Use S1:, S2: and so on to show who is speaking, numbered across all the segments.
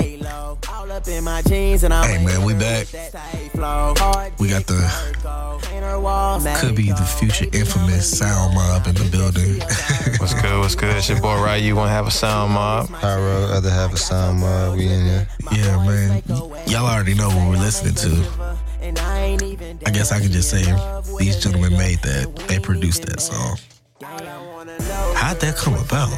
S1: halo. All up in my jeans and I'm
S2: Hey, man, we back. We got the- Could be the future infamous sound mob in the building.
S3: What's good? What's good? It's your boy Ryu. Want to have a sound mob?
S4: Pyro, other half of sound mob. We in here.
S2: yeah, man. Y'all already know what we're listening to. I guess I can just say these gentlemen made that. They produced that song. How'd that come about?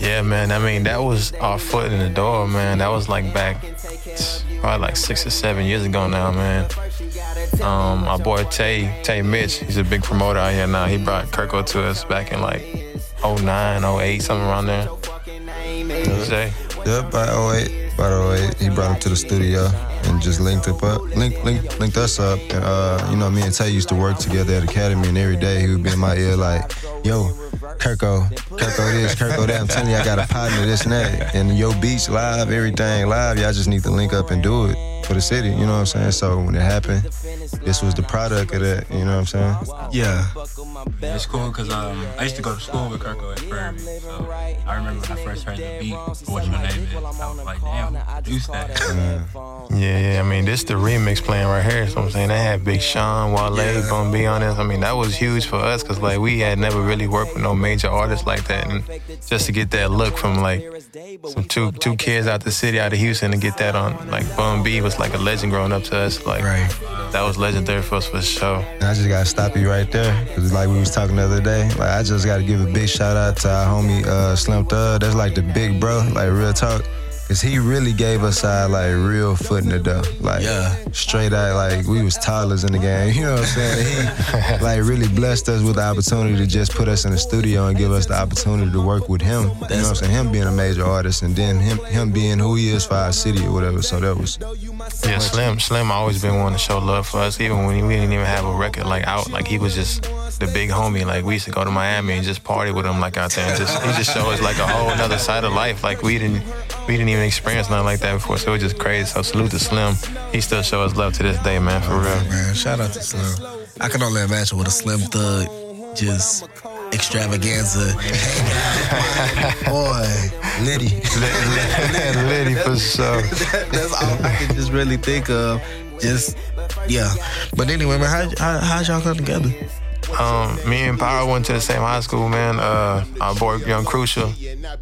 S3: Yeah, man. I mean, that was our foot in the door, man. That was like back probably like six or seven years ago now, man. Um, my boy Tay, Tay Mitch, he's a big promoter out here now. He brought Kirko to us back in like 09, 08, something around there. Say,
S4: Yep, by 08. By 08, he brought him to the studio and just linked up, up link, link, linked us up. And, uh, you know, me and Tay used to work together at Academy, and every day he would be in my ear like, yo, Kirko, Kirko this, Kirko that. I'm telling you, I got a partner, this and that. And yo, beats live, everything live. Y'all just need to link up and do it for the city, you know what I'm saying? So when it happened, this was the product of that, you know what I'm saying?
S2: Yeah.
S5: It's cool because um, I used to go to school with Kirko at Prairie. So I remember when I first heard the beat, What's Your Name Is, I was like, damn, juice that.
S3: yeah, yeah. I mean, this the remix playing right here. So I'm saying they had Big Sean, Wale,
S2: Yeah.
S3: Bun B on this. I mean, that was huge for us because like we had never really worked with no major artists like that, and just to get that look from like some two two kids out the city, out of Houston, to get that on like Bun B was like a legend growing up to us. Like
S2: Right.
S3: that was legendary for us for sure.
S4: And I just gotta stop you right there, cause like we was talking the other day, like I just gotta give a big shout out to our homie uh, Slim Thug. That's like the big bro, like real talk, cause he really gave us our like real foot in the door, like
S2: Yeah.
S4: straight out like we was toddlers in the game. You know what I'm saying? He like really blessed us with the opportunity to just put us in the studio and give us the opportunity to work with him. you know what I'm saying? Him being a major artist and then him him being who he is for our city or whatever. So that was
S3: Yeah, Slim. Slim always been wanting to show love for us, even when we didn't even have a record like out. Like he was just the big homie. Like we used to go to Miami and just party with him like out there. And just he just showed us like a whole another side of life. Like we didn't we didn't even experience nothing like that before. So it was just crazy. So salute to Slim. He still show us love to this day, man. For real.
S2: Man, shout out to Slim. I can only imagine what a Slim Thug just extravaganza. Boy, Liddy.
S3: Liddy for sure.
S2: That's all I can just really think of. Just yeah. But anyway, man, how, how how'd y'all come together?
S3: Um, me and Power went to the same high school, man. Uh, our boy Young Crucial,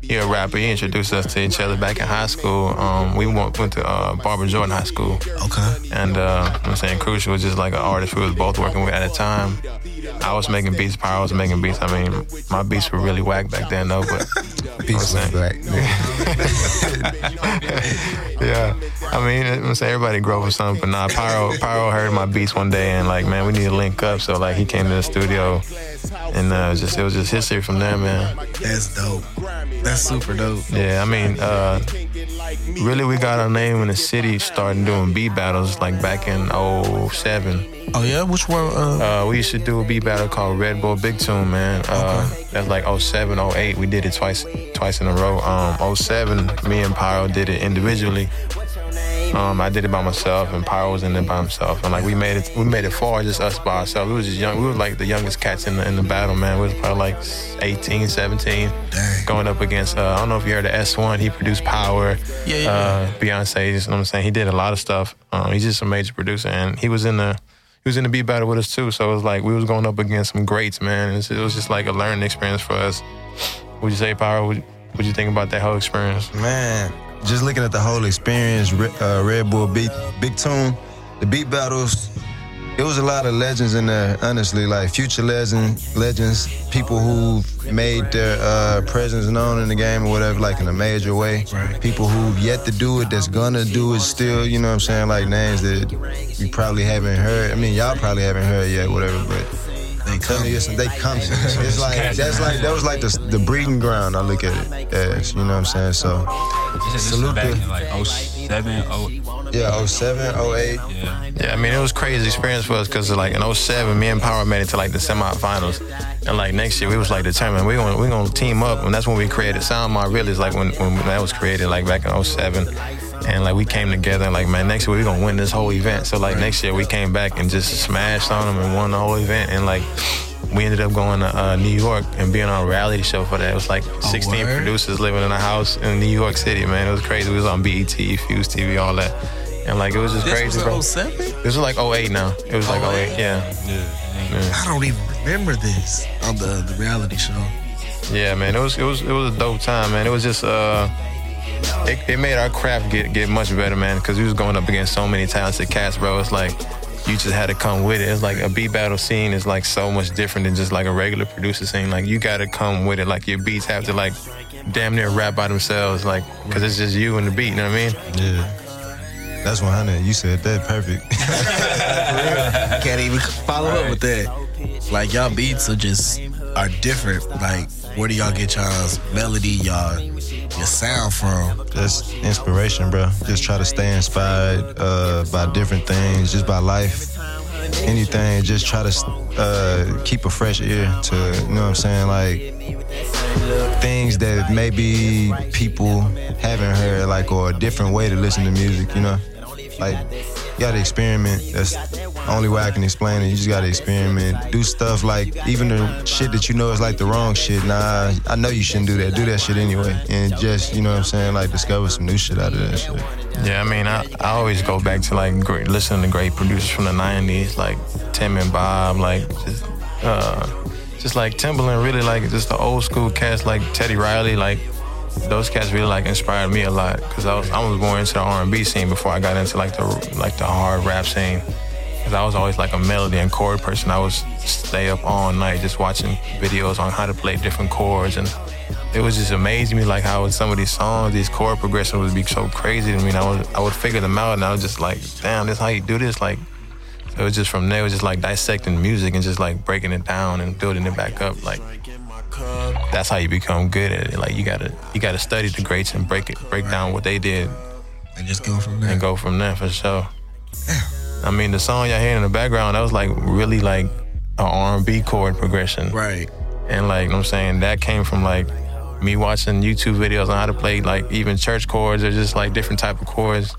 S3: he a rapper. He introduced us to each other back in high school. Um, we went, went to uh, Barbara Jordan High School.
S2: Okay.
S3: And uh, I'm saying Crucial was just like an artist we was both working with at the time. I was making beats, Pyro was making beats. I mean, my beats were really whack back then though, but
S4: peace was black.
S3: yeah. I mean, I'm saying everybody grow up or something, but nah, Pyro Pyro heard my beats one day and like, man, we need to link up. So like, he came to the studio, and uh, just it was just history from there, man.
S2: That's dope. That's super dope.
S3: Yeah, I mean, uh, really, we got our name in the city starting doing beat battles like back in 07.
S2: Oh yeah, which one? Uh,
S3: Uh, we used to do a beat battle called Red Bull Big Tune, man. Uh, That's like 07, 08. We did it twice, twice in a row. Um, 07, me and Pyro did it individually. Um, I did it by myself, and Pyro was in it by himself. And like we made it, we made it far, just us by ourselves. We was just young. We were like the youngest cats in the in the battle, man. We was probably like 18, 17,
S2: Dang.
S3: going up against. Uh, I don't know if you heard of S1. He produced Power.
S2: Yeah, yeah,
S3: Uh, Beyonce. You know what I'm saying? He did a lot of stuff. Um, he's just a major producer, and he was in the he was in the beat battle with us too. So it was like we was going up against some greats, man. And it was just like a learning experience for us. Would you say, Pyro? Would, would you think about that whole experience?
S4: Man, just looking at the whole experience, Re- uh, Red Bull Big Big Tune, the beat battles. It was a lot of legends in there, honestly, like future legend, legends, people who made their uh, presence known in the game or whatever, like in a major way. People who've yet to do it, that's gonna do it still, you know what I'm saying? Like names that you probably haven't heard. I mean, y'all probably haven't heard yet, whatever, but
S2: they
S4: Tell me
S2: come.
S4: this and they coming. It's like that's like that was like the, the breeding ground. I look at it as you know what I'm saying. So
S5: This is back in like 07, 08.
S4: yeah, 07, 08.
S5: Yeah.
S3: Yeah, I mean, it was crazy experience for us because like in 07, me and Power made it to like the semifinals, and like next year we was like determined we gonna we gonna team up, and that's when we created Sound My Real is like when when that was created like back in 07. And like we came together, and like man, next year we gonna win this whole event. So like next year we came back and just smashed on them and won the whole event. And like we ended up going to uh, New York and being on a reality show for that. It was like 16
S2: Oh, word?
S3: producers living in a house in New York City, man. It was crazy. We was on BET, Fuse TV, all that. And like, it was just
S2: This
S3: crazy, bro.
S2: was in 07?
S3: This was like 08 now. It was like
S2: 08?
S3: 08, yeah.
S2: I don't even remember this on the, the reality show.
S3: Yeah, man. It was it was it was a dope time, man. It was just uh it, it made our craft get get much better, man, because we was going up against so many talented cats, bro. It's like you just had to come with it. It's like a beat battle scene is like so much different than just like a regular producer scene. Like you gotta come with it. Like your beats have to like damn near rap by themselves, like because it's just you and the beat. You know what I mean?
S4: Yeah. That's 100. You said that perfect.
S2: Can't even follow up with that. Like y'all beats are just are different. Like where do y'all get y'all's melody, y'all your sound from?
S4: That's inspiration, bro. Just try to stay inspired uh, by different things, just by life, anything. Just try to uh, keep a fresh ear to, you know what I'm saying? Like things that maybe people haven't heard, like, or a different way to listen to music, you know? Like, you gotta experiment. That's the only way I can explain it. You just gotta experiment. Do stuff like, even the shit that you know is like the wrong shit. Nah, I know you shouldn't do that. Do that shit anyway. And just, you know what I'm saying? Like, discover some new shit out of that shit.
S3: Yeah, I mean, I, I always go back to like great, listening to great producers from the '90s, like Tim and Bob, like just uh, just like Timbaland, really like just the old school cats, like Teddy Riley, like those cats really like inspired me a lot because I was I was more into the R&B scene before I got into like the like the hard rap scene. Cause I was always like a melody and chord person. I was stay up all night just watching videos on how to play different chords, and it was just amazing me like how in some of these songs, these chord progressions would be so crazy to me. And I would I would figure them out, and I was just like, damn, this how you do this. Like it was just from there, it was just like dissecting music and just like breaking it down and building it back up. Like that's how you become good at it. Like you gotta you gotta study the greats and break it break down what they did
S2: And just go from there.
S3: and go from there for sure. I mean, the song y'all hearing in the background, that was like really like a R&B chord progression.
S2: Right.
S3: And like, you know what I'm saying, that came from like me watching YouTube videos on how to play like even church chords or just like different type of chords.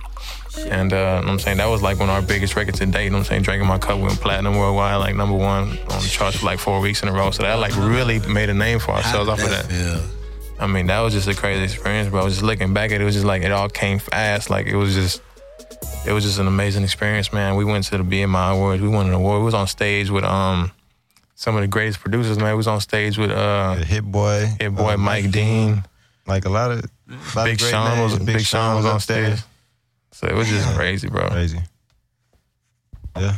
S3: And uh, you know what I'm saying that was like one of our biggest records to date. You know what I'm saying, drinking my cup went platinum worldwide, like number one on the charts for like four weeks in a row. So that like really made a name for
S2: How
S3: ourselves
S2: did
S3: off of that.
S2: feel?
S3: I mean, that was just a crazy experience, bro. Just looking back at it, it was just like it all came fast. Like it was just, it was just an amazing experience, man. We went to the BMI Awards. We won an award. We was on stage with um some of the greatest producers, man. We was on stage with uh
S4: The Hit Boy.
S3: Hit Boy
S4: uh,
S3: Mike Dean.
S4: Like, a lot of. a lot of
S3: Big
S4: great
S3: Sean was
S4: names.
S3: Big Sean was
S4: up
S3: on
S4: there.
S3: stage. So it was just crazy, bro.
S4: Crazy. Yeah.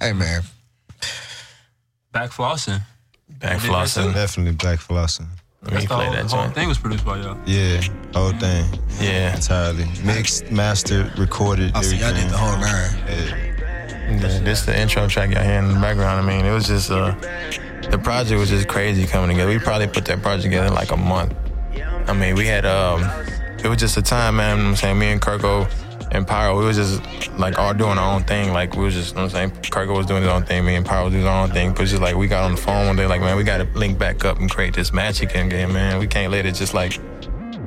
S2: Hey man.
S5: Back flossing.
S3: Back flossing.
S4: Definitely Black Philosopher.
S3: Let
S5: That's
S3: me
S5: the
S3: play
S5: whole,
S3: that
S5: the whole
S3: joint.
S5: thing was produced by y'all.
S4: Yeah, whole thing
S3: Yeah.
S4: entirely mixed, mastered, recorded.
S2: Oh, so y'all did the whole nine.
S4: everything.
S3: Yeah, This the intro track y'all hearing in the background. I mean, it was just uh, the project was just crazy coming together. We probably put that project together in like a month. I mean, we had um, it was just a time, man. you know what I'm saying me and Kirko and Pyro, we was just like all doing our own thing. Like we was just, you know what I'm saying Kirko was doing his own thing, me and Pyro was doing our own thing. But it's just like we got on the phone one day, like man, we got to link back up and create this match again, game, man. We can't let it just like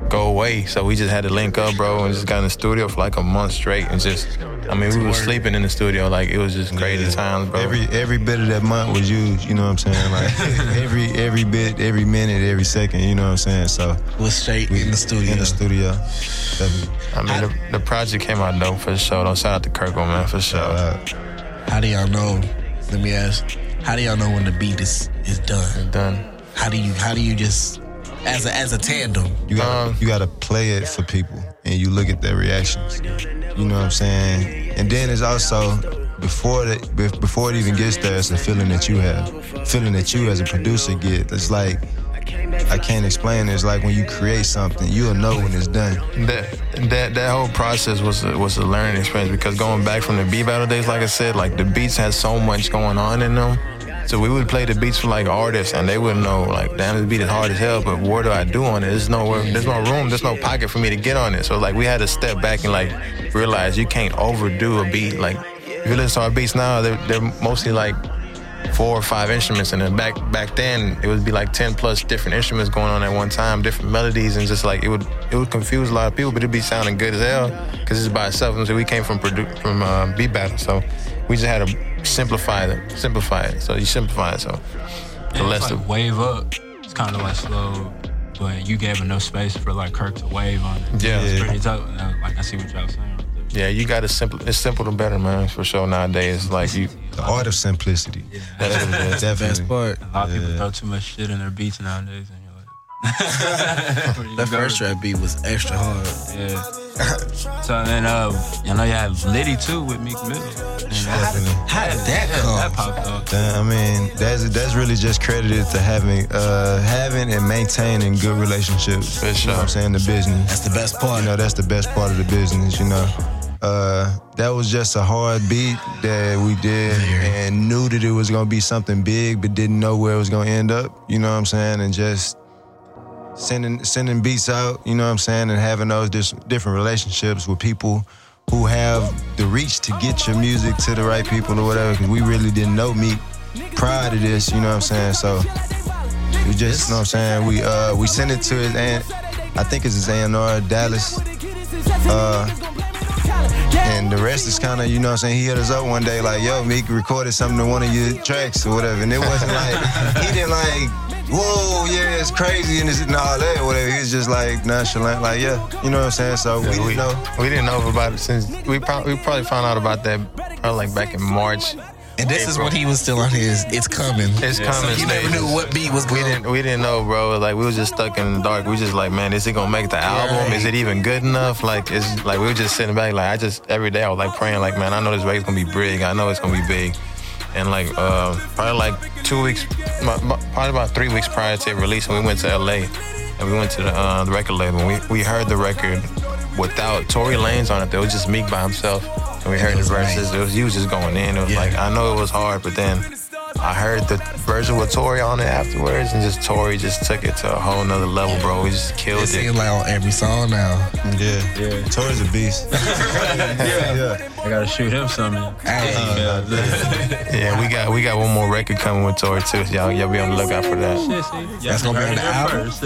S3: go away. So we just had to link up, bro, and just got in the studio for like a month straight and just. I mean, we were sleeping in the studio. Like, it was just crazy times, bro.
S4: Every every bit of that month was used. You know what I'm saying? Like every every bit, every minute, every second. You know what I'm saying? So
S2: Was straight in the studio.
S4: in the studio. Definitely.
S3: I mean, the, the project came out dope for sure. Though. Shout out to Kirko, man, for sure.
S4: Uh,
S2: How do y'all know? Let me ask. How do y'all know when the beat is is done?
S3: Done.
S2: How do you how do you just as a as a tandem?
S4: you gotta
S3: Um,
S4: you gotta play it for people, and you look at their reactions. You know what I'm saying? And then it's also before that be- before it even gets there, it's the feeling that you have, feeling that you as a producer get. It's like I can't explain. it. It's like when you create something, you'll know when it's done.
S3: That that that whole process was a, was a learning experience because going back from the beat battle days, like I said, like the beats had so much going on in them. So we would play the beats for like artists, and they wouldn't know like, damn, this beat is hard as hell. But what do I do on it? There's nowhere, there's no room, there's no pocket for me to get on it. So like we had to step back and like realize you can't overdo a beat. Like if you listen to our beats now, they're they're mostly like four or five instruments and then back back then it would be like 10 plus different instruments going on at one time different melodies and just like it would it would confuse a lot of people but it'd be sounding good as hell because it's by itself and so we came from produ- from uh, beat battle so we just had a simplify them, simplify it. So you simplify it. So the
S5: And
S3: less
S5: it's
S3: the
S5: like wave up. It's kind of like slow, but you gave enough space for like Kirk to wave on it.
S3: Yeah.
S5: it's pretty dope. And I- Like I see what y'all saying.
S3: yeah, you got to simple. It's simple the better, man. For sure nowadays, like you.
S4: The art of simplicity.
S5: Yeah,
S4: That's what it is,
S2: Best
S4: definitely.
S2: part.
S5: a lot of people throw too much shit in their beats nowadays, and you're like, Where you
S2: That
S5: go?
S2: first trap beat was extra hard.
S5: Yeah. so then, uh, you know, you have Liddy too with Meek Mill. And that-
S4: Definitely.
S2: How did
S5: That
S2: that come?
S5: popped up.
S4: Uh, I mean, that's that's really just credited to having uh, having and maintaining good relationships.
S3: For
S4: You know what I'm
S3: sure.
S4: saying? The business.
S2: That's the best part.
S4: You know, Oh, that's the best part of the business, you know. Uh, that was just a hard beat that we did and knew that it was gonna be something big, but didn't know where it was gonna end up, you know what I'm saying? And just sending sending beats out, you know what I'm saying, and having those dis- different relationships with people who have the reach to get your music to the right people or whatever, because we really didn't know Meek prior to this, you know what I'm saying? So we just, you know what I'm saying, we uh we sent it to his aunt, I think it's his A&R, Dallas. Uh, and the rest is kind of, you know what I'm saying? He hit us up one day, like, yo, Meek recorded something to one of your tracks or whatever. And it wasn't like, he didn't like, whoa, yeah, it's crazy and it's and all that or whatever. He was just like nonchalant, like, yeah, you know what I'm saying? So we
S3: Yeah,
S4: didn't
S3: we,
S4: know.
S3: we didn't know about it since we probably we probably found out about that probably like back in March.
S2: And this is when he was still on his "It's Coming."
S3: It's coming.
S2: You never
S3: stages.
S2: knew what beat was
S3: We
S2: going.
S3: didn't we didn't know, bro. Like we was just stuck in the dark. We just like, man, is it gonna make the album? Is it even good enough? Like it's like we were just sitting back. Like I just every day I was like praying, like man, I know this record's gonna be big. I know it's gonna be big. And like uh, probably like two weeks, my- my- probably about three weeks prior to it releasing, we went to LA and we went to the, uh, the record label. We we heard the record without Tory Lanez on it. It was just Meek by himself, and we heard the
S2: was nice.
S3: verses. It was you was just going in. It was
S2: Yeah.
S3: like I know it was hard, but then I heard the version with Tori on it afterwards, and just Tori just took it to a whole nother level, bro. We just killed
S2: It
S3: it.
S2: seemed like on every song now.
S4: Yeah.
S5: Yeah.
S4: Tori's a beast. yeah.
S5: I gotta shoot him something.
S2: Ow.
S3: yeah, we got we got one more record coming with Tori too. Y'all, y'all be on the lookout for that. Uh,
S2: That's gonna be on the album?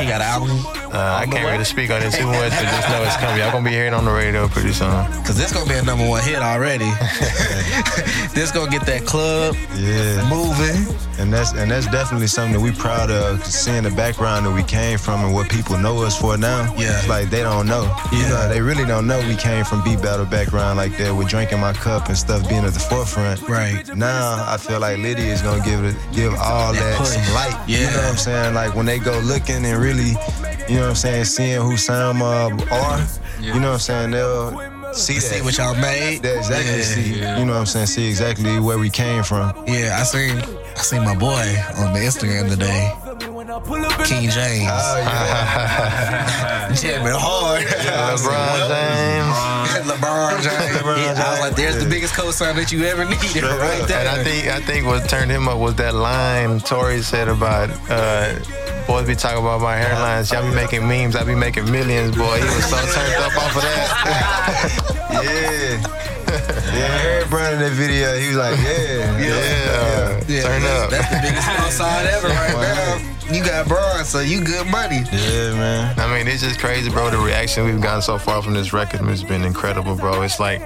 S2: He got an album
S3: Uh, I can't really speak on it too much, but just know it's coming. Y'all gonna be hearing it on the radio pretty soon.
S2: because this gonna be a number one hit already. this gonna get that club
S4: Yeah.
S2: moving.
S4: And that's and that's definitely something that we proud of, 'cause seeing the background that we came from and what people know us for now.
S2: Yeah.
S4: It's like they don't know. You
S2: Yeah.
S4: know, they really don't know we came from beat battle background like that with drinking my cup and stuff being at the forefront.
S2: Right.
S4: Now I feel like Liddy is gonna give it give all
S2: That
S4: that,
S2: push.
S4: some light. You
S2: Yeah.
S4: know what I'm saying? Like when they go looking and really, you know what I'm saying, seeing who Sound Mob are, you know what I'm saying, they'll see that.
S2: See what y'all made.
S4: They exactly
S2: Yeah.
S4: see, you know what I'm saying, see exactly where we came from.
S2: Yeah, I seen I seen my boy on the Instagram today, King James,
S3: Oh,
S2: jamming hard.
S3: LeBron James.
S2: LeBron James. Yeah, I was like, there's the biggest cosign that you ever needed right there.
S3: And I think I think what turned him up was that line Tori said about uh, boys be talking about my hairlines. Y'all be making memes. I be making millions, boy. He was so turned up off of that.
S4: Yeah. Yeah, I heard Brown in that video. He was like, yeah.
S3: Yeah,
S2: Yeah,
S3: turn
S2: that's,
S3: up.
S2: That's the biggest cosign ever right now. You got bronze, so you good money.
S4: Yeah, man.
S3: I mean, it's just crazy, bro. The reaction we've gotten so far from this record has been incredible, bro. It's like,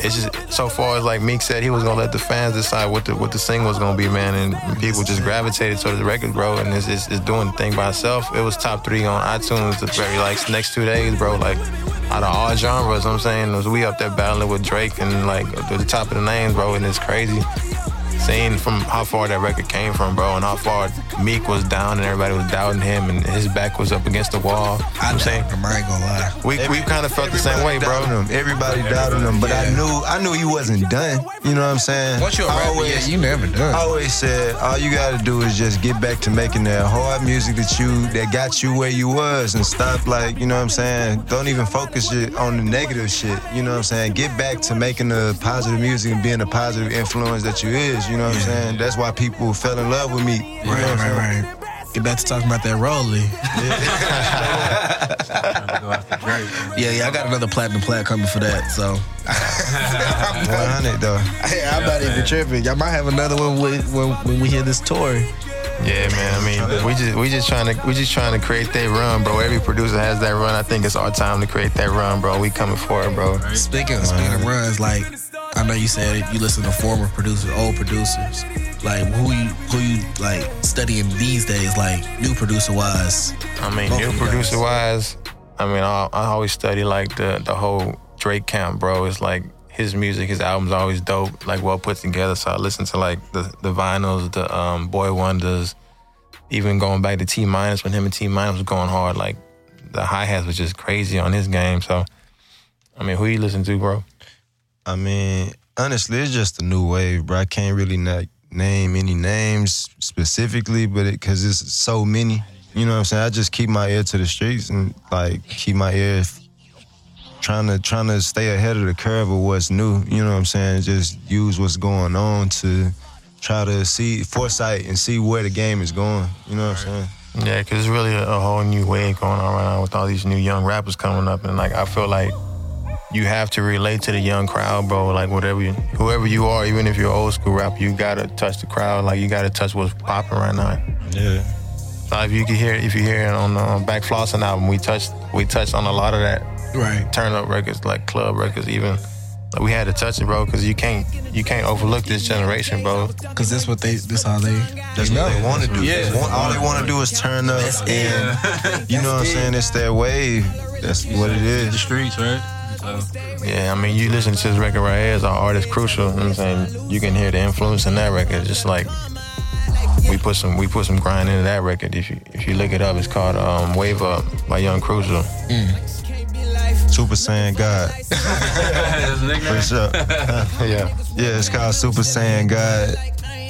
S3: it's just so far as like Meek said, he was gonna let the fans decide what the what the single was gonna be, man. And people just gravitated toward the record, bro. And it's, it's, it's doing the thing by itself. It was top three on iTunes the very like next two days, bro. Like out of all genres, I'm saying was we up there battling with Drake and like at the top of the names, bro. And it's crazy. Seeing from how far that record came from, bro, and how far Meek was down and everybody was doubting him and his back was up against the wall.
S2: I'm saying, I ain't gonna lie.
S3: We, we kind of felt the same way,
S4: Everybody
S3: bro.
S4: doubted Him. Everybody doubted him, but I
S2: Yeah.
S4: knew I knew he wasn't done. You know what I'm saying?
S2: Once you're a
S4: I
S2: rapper, yeah,
S4: always,
S2: you never done.
S4: I always said all you gotta do is just get back to making that hard music that you that got you where you was and stop like, you know what I'm saying? Don't even focus it on the negative shit. You know what I'm saying? Get back to making the positive music and being the positive influence that you is, you know what I'm saying? That's why people fell in love with me. You know what I'm
S2: Right,
S4: saying?
S2: right, right. Get back to talking about that Rolly. Yeah, yeah, I got another platinum plat coming for that, so.
S4: 100 though.
S2: Hey, I'm not even tripping. Y'all might have another one with, when, when we hear this tour.
S3: Yeah, man. I mean, we just we just trying to we just trying to create that run, bro. Every producer has that run. I think it's our time to create that run, bro. We coming for it, bro.
S2: Speaking of speaking of runs, like I know you said you listen to former producers, old producers. Like who you who you like studying these days? Like new producer wise.
S3: I mean,
S2: Both
S3: new
S2: of you
S3: producer
S2: guys.
S3: wise, I mean, I, I always study like the the whole Drake camp, bro. It's like his music, his albums always dope, like well put together. So I listen to like the the vinyls, the um, Boy Wonders, even going back to T minus when him and T minus was going hard. Like the hi hats was just crazy on his game. So I mean, who you listen to, bro?
S4: I mean, honestly, it's just a new wave, bro. I can't really not name any names specifically, but it because it's so many. You know what I'm saying? I just keep my ear to the streets and like keep my ear f- trying to trying to stay ahead of the curve of what's new. You know what I'm saying? Just use what's going on to try to see foresight and see where the game is going. You know what I'm saying?
S3: Yeah, because it's really a, a whole new wave going on right now with all these new young rappers coming up, and like I feel like you have to relate to the young crowd, bro. Like whatever, you, whoever you are, even if you're an old school rapper, you gotta touch the crowd. Like you gotta touch what's popping right now.
S4: Yeah.
S3: So if you can hear, if you hear it on the um, Back Flossing album, we touched, we touched on a lot of that
S2: Right.
S3: turn up records, like club records, even. Like we had to touch it, bro, because you can't, you can't overlook this generation, bro.
S2: Cause that's what they. That's how they.
S4: That's what they want to do.
S2: Yeah.
S4: They want- all they want to do is turn up, and you know what I'm saying. It's their wave. That's what it
S5: The
S4: is.
S5: streets, right? So,
S3: Yeah, I mean, you listen to this record right here, it's an artist crucial. You know what I'm saying you can hear the influence in that record. Just like we put some, we put some grind into that record. If you if you look it up, it's called um, "Wave Up" by Young Crucial.
S4: Super Saiyan God,
S5: his
S4: for
S5: nickname?
S4: sure.
S3: yeah,
S4: Yeah, it's called Super Saiyan God,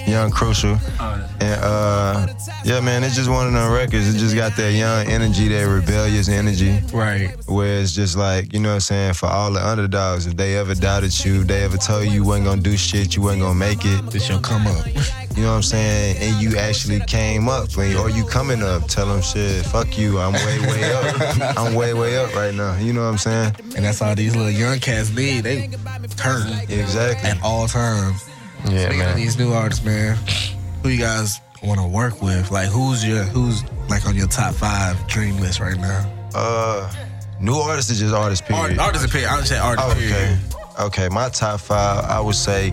S4: Young Crucial,
S5: Oh,
S4: and uh, yeah, man, it's just one of them records. It just got that young energy, that rebellious energy.
S2: Right.
S4: Where it's just like, you know what I'm saying, for all the underdogs, if they ever doubted you, if they ever told you you wasn't gonna do shit, you wasn't gonna make it,
S2: This your come up.
S4: You know what I'm saying? And you actually came up, and- or you coming up. Tell them shit. Fuck you. I'm way, way up. I'm way, way up right now. You know what I'm saying?
S2: And that's all these little young cats need. They turn
S4: Exactly.
S2: at all times.
S3: yeah,
S2: Speaking of
S3: man.
S2: these new artists, man, who you guys want to work with? Like, who's your who's like on your top five dream list right now?
S4: Uh, new artists is just artists.
S2: Art,
S4: Period.
S2: artists and period. I would say artists.
S4: Oh, okay.
S2: period.
S4: Okay. My top five, I would say,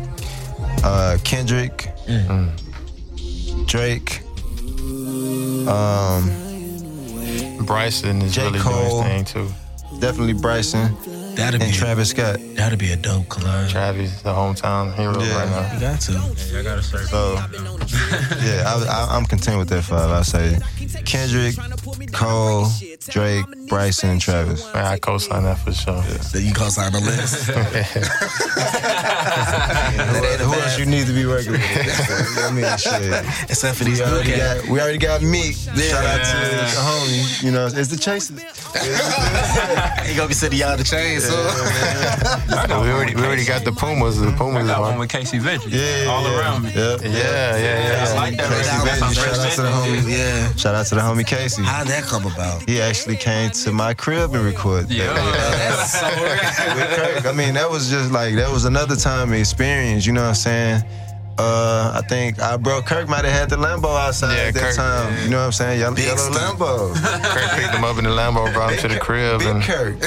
S4: uh, Kendrick,
S2: Mm.
S4: mm, Drake, um,
S3: Bryson is
S4: J.
S3: really
S4: Cole.
S3: doing his thing too.
S4: definitely Bryson,
S2: That'd be
S4: and Travis Scott.
S2: that'd be a dope collab.
S3: Travis, the hometown hero
S4: Yeah.
S3: right now.
S2: You got to.
S5: yeah, I gotta search.
S4: So, yeah, I, I, I'm content with that five. I say Kendrick, Cole, Drake, Bryson, and Travis.
S3: Man, I co-sign that for sure.
S2: That you co-sign the list.
S4: Who, who else you need to be working with? I mean, shit.
S2: Except for these
S4: We
S2: new
S4: already
S2: cats.
S4: got, we already got Meek. Shout out to
S5: Yeah.
S4: the homie. You know, it's the Chasers.
S2: He gonna consider y'all the chain, so
S3: we already, we already got the Pumas. The Pumas.
S5: I got one
S3: one.
S5: with Casey Ventures.
S4: Yeah,
S5: all
S4: yeah,
S5: around me.
S4: Yeah,
S3: Yeah, yeah, yeah.
S5: I like that.
S4: Casey
S5: right now.
S4: Ventures. Shout out to the homie.
S2: yeah.
S4: Shout out to the homie Casey.
S2: How'd that come about?
S4: He actually came to my crib and recorded. that.
S5: Yeah, that's so right.
S4: with Kirk. I mean, that was just like that was another time and experience. You know what I'm saying? Uh, I think I bro Kirk might have had the Lambo outside
S3: Yeah,
S4: at that
S3: Kirk,
S4: time. You know what I'm saying? Yellow,
S2: Big
S4: yellow
S2: stuff.
S4: Lambo,
S3: Kirk picked him up in the Lambo, brought him to the crib,
S4: big
S3: and
S4: Kirk.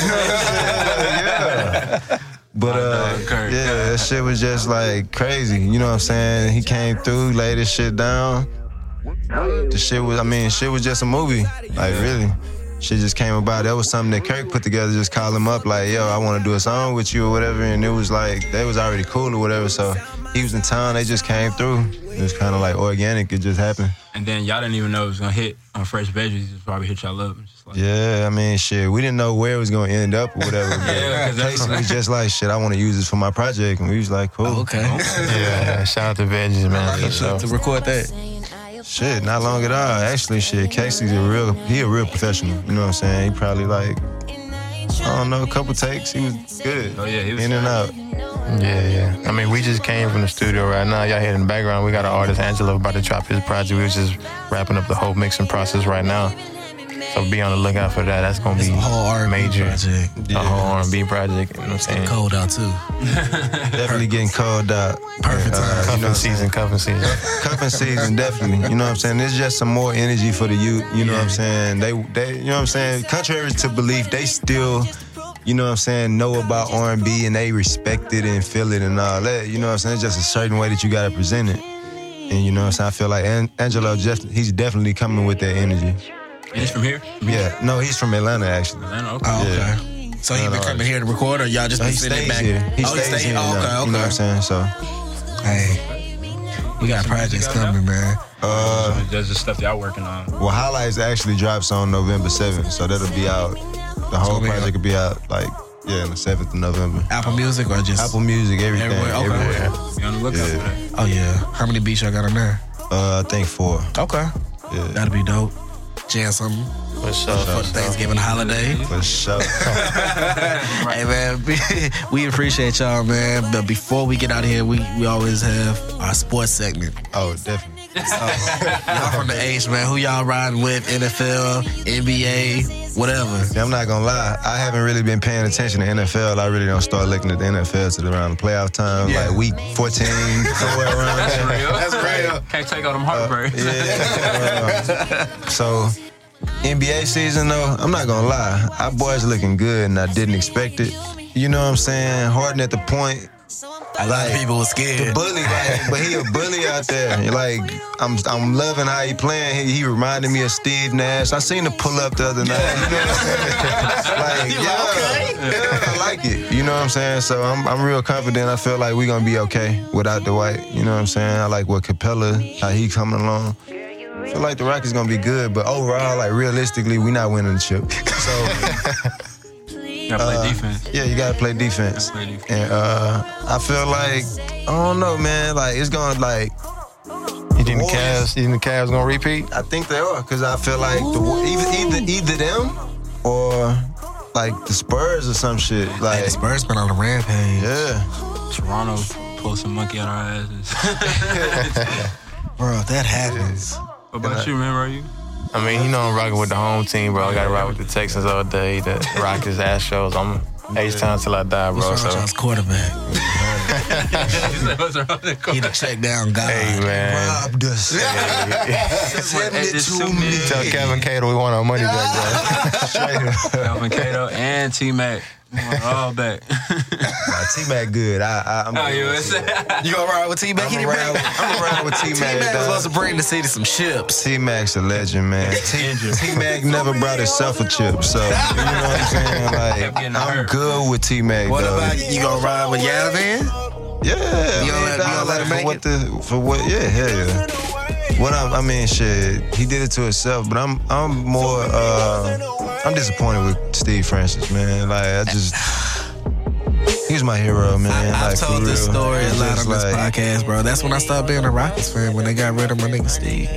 S4: yeah. But uh,
S5: dog Kirk.
S4: yeah, that shit was just like crazy. You know what I'm saying? He came through, laid his shit down. The shit was, I mean, shit was just a movie. Like really, shit just came about. That was something that Kirk put together. Just call him up, like, yo, I want to do a song with you or whatever. And it was like they was already cool or whatever. So he was in town. They just came through. It was kind of like organic. It just happened.
S5: And then y'all didn't even know it was gonna hit on Fresh Veggies. It probably hit y'all up. It's just like,
S4: Yeah, I mean, shit, we didn't know where it was gonna end up or whatever. But
S5: Yeah, 'cause that's-
S4: Casey was just like, shit, I want to use this for my project, and we was like,
S5: Oh,
S4: cool.
S2: Okay.
S3: yeah, yeah. Shout out to Veggies, man. For sure.
S2: To record that.
S4: Shit, not long at all. Actually, shit, Casey's a real, he a real professional. You know what I'm saying? He probably like, I don't know, a couple takes. He was good.
S5: Oh, yeah, he was
S4: in and out.
S3: Yeah, yeah. I mean, we just came from the studio right now. Y'all hear in the background, we got an artist, Angelo, about to drop his project. We was just wrapping up the whole mixing process right now. So be on the lookout for that. That's going to
S2: It's
S3: be
S2: a whole R&B
S3: major.
S2: project.
S3: A whole R&B project. You know what I'm saying?
S2: Cold out too.
S4: Definitely getting called out.
S2: Perfect
S4: Uh,
S2: time.
S4: you know
S3: Cuffing
S4: what I'm
S3: season, cuffing season.
S4: cuffing season, definitely. You know what I'm saying? There's just some more energy for the youth. You know what I'm saying? They, they, you know what I'm saying? Contrary to belief, they still you know what I'm saying, know about R&B and they respect it and feel it and all that. You know what I'm saying? It's just a certain way that you gotta present it. And you know what I'm saying? I feel like An- Angelo, Jeff, he's definitely coming with that energy.
S5: And he's from here?
S4: Yeah, no, he's from Atlanta actually.
S5: Atlanta, okay.
S2: Oh, okay.
S4: Yeah.
S2: So he
S4: No,
S2: been
S4: no,
S2: coming here to record, or y'all just
S4: No,
S2: been
S4: he
S2: sitting
S4: stays
S2: back?
S4: here. He
S2: oh,
S4: stays
S2: he stays.
S4: here. now,
S2: Oh, okay, okay.
S4: You know what I'm saying? So,
S2: Hey, we got projects coming, man.
S4: uh,
S5: That's the stuff y'all working on.
S4: Well, highlights actually drops on November 7th, so that'll be out. The whole
S2: So we-
S4: project will be out like yeah, on the 7th of November.
S2: Apple Music or just
S4: Apple Music, everything,
S2: Everywhere, okay.
S4: everywhere.
S5: Be on the lookout for that.
S2: Oh yeah. How many beats y'all got on there?
S4: Uh, I think four.
S2: Okay,
S4: Yeah,
S2: that'll be dope. Jam something
S3: What's up?
S2: for the Thanksgiving holiday.
S4: for sure.
S2: Hey man, we appreciate y'all, man. But before we get out of here, we, we always have our sports segment.
S4: oh, definitely.
S2: Y'all from the H, man. Who y'all riding with? NFL, NBA, whatever.
S4: Yeah, I'm not gonna lie. I haven't really been paying attention to NFL. I really don't start looking at the NFL till around the playoff time,
S2: Yeah.
S4: like week 14, somewhere around there.
S5: That's real. Can't take all them heartbreaks.
S4: Yeah. so NBA season though, I'm not gonna lie, our boys looking good and I didn't expect it. You know what I'm saying? Harden at the point,
S2: A lot of
S4: Like,
S2: people was scared.
S4: bully, like, but he a bully out there. Like I'm, I'm loving how he playing. He, he reminded me of Steve Nash. I seen the pull up the other night. You know what I'm saying? like, yeah, yeah, I like it. You know what I'm saying? So I'm, I'm real confident. I feel like we gonna be okay without the white. You know what I'm saying? I like what Capella, how he coming along. I feel like the Rockets gonna be good, but overall, like realistically, we not winning the chip. So.
S5: Gotta play defense.
S4: Yeah, you gotta play defense.
S5: Play defense.
S4: And uh, I feel like I don't know, man. Like it's going to like
S3: You think the
S4: Warriors.
S3: Cavs? You think the Cavs gonna repeat?
S4: I think they are because I feel like the Wa- either either either them or like the Spurs or some shit.
S2: Hey,
S4: Like
S2: the Spurs been on a rampage.
S4: yeah,
S5: Toronto pulled some monkey out our asses.
S2: Bro, if that happens.
S5: what about you, man? Where are you?
S3: I mean, you know I'm rocking with the home team, bro. I gotta rock with the Texans all day, the Rockets, Astros. I'm H time till I die, bro.
S2: What's wrong with
S3: So
S2: y'all's quarterback?
S5: He said, "What's wrong with
S2: He
S5: that?"
S2: the check down guy.
S3: hey, man.
S4: robbed us.
S5: Send it to me.
S3: Tell Kevin Cato we want our money back, bro.
S5: Calvin Cato and T Mac. All back.
S4: T Mac good. I, I I'm
S5: How you was?
S2: You gonna ride with T-Mac?
S4: I'm around, with- I'm around with T Mac.
S2: supposed to bring the city some chips.
S4: T Mac's a legend, man. T Mac never brought himself a chip, so you know what I'm saying.
S5: Kept
S4: Like
S5: getting
S4: I'm
S5: hurt.
S4: good with T Mac.
S2: What
S4: though.
S2: about you gonna ride with Yavin?
S4: Yeah,
S2: You don't
S4: I mean,
S2: let- you don't
S4: dog,
S2: let him
S4: for
S2: make
S4: what
S2: it?
S4: the for what? Yeah, hell yeah. What I'm, I mean, shit, he did it to himself. But I'm, I'm more, uh, I'm disappointed with Steve Francis, man. Like I just, he was my hero, man.
S2: I,
S4: like,
S2: I've
S4: for
S2: told this
S4: real.
S2: story a
S4: It's
S2: lot
S4: just
S2: on this
S4: like-
S2: podcast, bro. That's when I stopped being a Rockets fan when they got rid of my nigga Steve.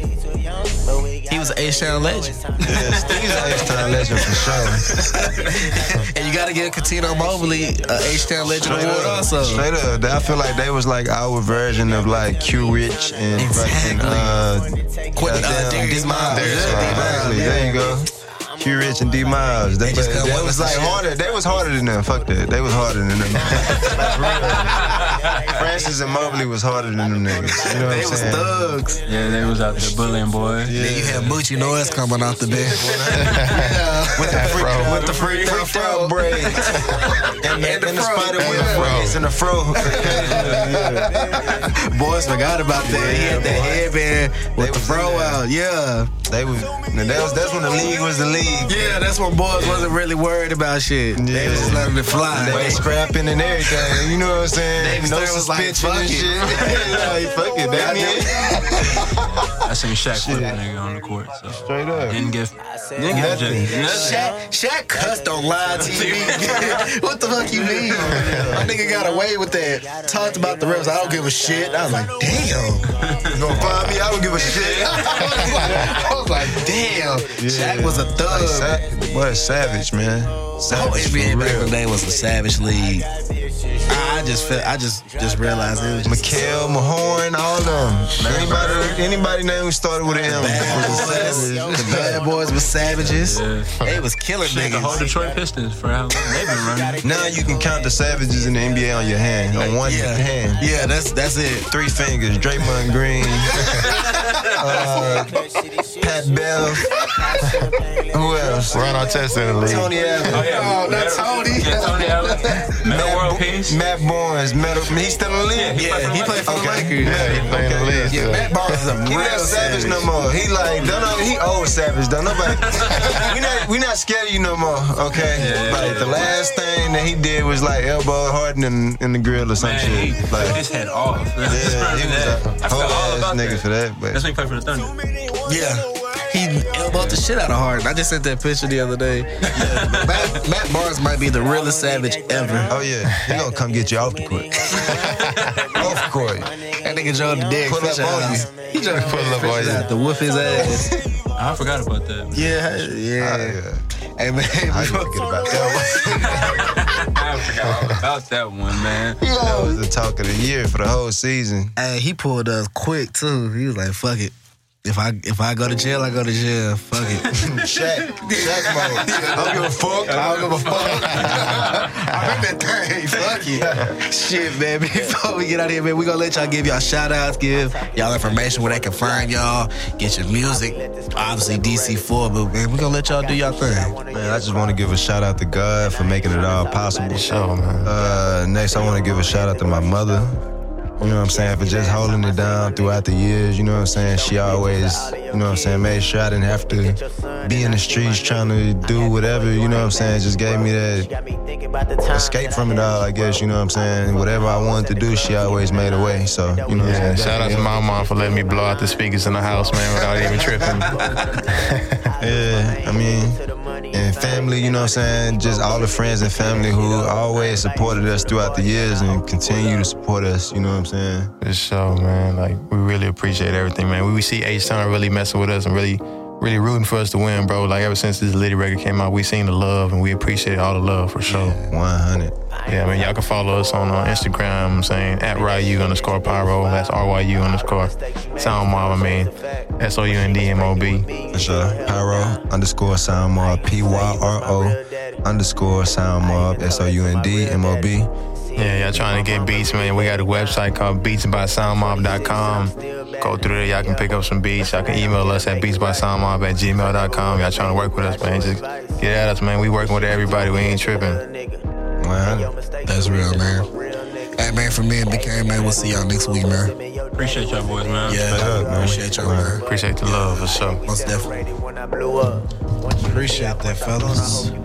S2: He was an H-Town legend.
S4: Yeah, Steve's an H-Town legend for sure.
S2: And you gotta give Katino Mobley a H-Town Legend Award also.
S4: Straight up, I feel like they was like our version of like Q Rich and fucking uh,
S2: Quentin uh,
S4: Goddamn,
S2: Darius
S4: D
S2: Miles.
S4: Miles.
S2: Yeah, D Miles.
S4: Exactly. There you go. Q Rich and D Miles. They,
S2: just
S4: but
S2: couldn't
S4: that
S2: win
S4: was
S2: with
S4: like
S2: the shit.
S4: harder. They was harder than them. Fuck that. They was harder than them. Like, for real. Francis and Mobley was harder than them niggas. You know what
S2: They
S4: I'm
S2: was
S4: saying?
S2: thugs.
S5: Yeah, they was out there bullying boys.
S2: Then you had Moochie Noise coming off the bench.
S4: With the freak,
S3: Afro.
S4: with the freak, freaked out braids and the, and the
S2: fro.
S4: spider
S3: And
S4: web
S3: the fro.
S4: braids and the fro.
S2: Boys forgot about that. He had that headband with
S4: They
S2: the
S4: was
S2: bro
S4: in there.
S2: out. Yeah.
S4: They was. now That was. That's when the league was the league.
S2: Yeah, that's when boys wasn't really worried about shit. They was just letting it fly.
S4: They was scrapping and everything. You know what I'm saying?
S2: David
S4: no
S2: Stern was like,
S4: suspension
S2: "Fuck
S4: and
S2: it."
S4: shit. like, fuck it, that it.
S5: I seen Shaq flip a nigga on the court. So.
S4: Straight up.
S5: Didn't get, didn't get
S4: Nothing.
S5: rejected. Nothing.
S2: Shaq, Shaq cussed on live TV. what the fuck you mean? My nigga got away with that. Talked about the refs. I don't give a shit. I was like, damn.
S4: You gonna find me? I don't give a shit.
S2: I was like, damn. Shaq was a thug.
S4: Sa- what a savage, man.
S2: The whole
S4: Savage
S2: NBA
S4: for
S2: back in the
S4: real.
S2: day was a savage league. I I just felt, I just just realized it was just
S4: Mikael, Mahorn, all them. Anybody, anybody name who started with an M was a savage.
S2: bad boys. The bad boys were savages.
S5: Yeah.
S2: They was killing
S5: Shit, the whole
S2: niggas.
S5: Detroit Pistons for how long they been running.
S4: Now you can count the savages in the NBA on your hand, on one
S2: Yeah,
S4: hand.
S2: yeah, that's that's it.
S4: Three fingers, Draymond Green, uh, Pat Bev. Who else?
S3: Ron Artest in the league.
S4: Tony Allen.
S5: Oh, yeah.
S2: Oh, not
S5: Metal-
S2: Tony.
S5: Yeah, Tony Allen. Metal World Peace.
S4: Matt Barnes, Metal, he's still in the league.
S5: Yeah,
S2: Yeah, he played for the
S4: Okay.
S2: Lakers.
S3: Yeah, he playing the league.
S2: Yeah,
S3: still.
S2: Matt Barnes is a
S4: He
S2: real
S4: not savage, no more. He like, don't know, he old savage. Don't nobody. we not we not scared of you no more. Okay. like the last thing that he did was like elbow Harden in, in the grill or some
S5: Man, he
S4: shit. Like,
S5: took his head off. Yeah,
S4: yeah, he was a
S5: I
S4: whole
S5: forgot all
S4: ass
S5: about
S4: nigga
S5: that.
S4: for that. But
S5: That's when he played for the Thunder.
S2: Yeah. He elbowed the shit out of Harden. I just sent that picture the other day. Matt, Matt Barnes might be the realest savage ever.
S4: oh yeah, he gonna come get you off the court. off court.
S2: That nigga drove the dick.
S4: Pull up
S2: Fisher
S4: on
S2: out.
S4: you.
S2: He drove
S3: Pull up on you.
S2: the out to whoop his ass.
S5: I forgot about that.
S2: Yeah, yeah.
S4: Yeah.
S2: Hey man,
S4: I
S2: before-
S4: forget about that.
S5: I forgot all about that one, man.
S4: that was the talk of the year for the whole season.
S2: Hey, he pulled us quick too. He was like, "Fuck it. If I if I go to jail, I go to jail. Fuck it."
S4: Shaq, Shaq mode. I don't give a fuck. I don't give a
S2: I heard that thing. Fuck it. Shit, man. Before we get out of here, man, we gonna let y'all give y'all shout outs, give y'all information where they can find y'all, get your music. Obviously DC4, but man, we gonna let y'all do y'all thing.
S4: Man, I just want to give a shout out to God for making it all possible.
S3: Sure, man.
S4: Uh, next, I want to give a shout out to my mother. You know what I'm saying? For just holding it down throughout the years. You know what I'm saying? She always, you know what I'm saying, made sure I didn't have to be in the streets trying to do whatever. You know what I'm saying? Just gave me that escape from it all, I guess. You know what I'm saying? Whatever I wanted to do, she always made a way. So, you know what I'm saying?
S3: Yeah, shout out to my mom for letting me blow out the speakers in the house, man, without even tripping.
S4: Yeah, I mean, and family, you know what I'm saying? Just all the friends and family who always supported us throughout the years and continue to support us, you know what I'm saying?
S3: For sure, man. Like we really appreciate everything, man. We, we see H Town really messing with us and really, really rooting for us to win, bro. Like ever since this Liddy record came out, we seen the love and we appreciate all the love for sure.
S4: 100.
S3: Yeah, I mean y'all can follow us on uh, Instagram. I'm saying at Ryu underscore Pyro. That's R Y U underscore Sound Mob. I mean S O U N D M O B.
S4: For sure. Pyro underscore sound mob, P Y R O underscore sound mob, S O U N D M O B.
S3: Yeah, y'all trying to get beats, man. We got a website called beatsbysoundmob.com. Go through there, y'all can pick up some beats. Y'all can email us at beatsbysoundmob at gmail.com. Y'all trying to work with us, man. Just get at us, man. We working with everybody. We ain't tripping.
S4: 100.
S2: That's real, man. Hey man, for me and Big K, man, we'll see y'all next week, man.
S5: Appreciate y'all boys, man.
S2: Yeah, appreciate y'all, man.
S3: Appreciate the love for sure.
S2: Most definitely. Appreciate that, fellas.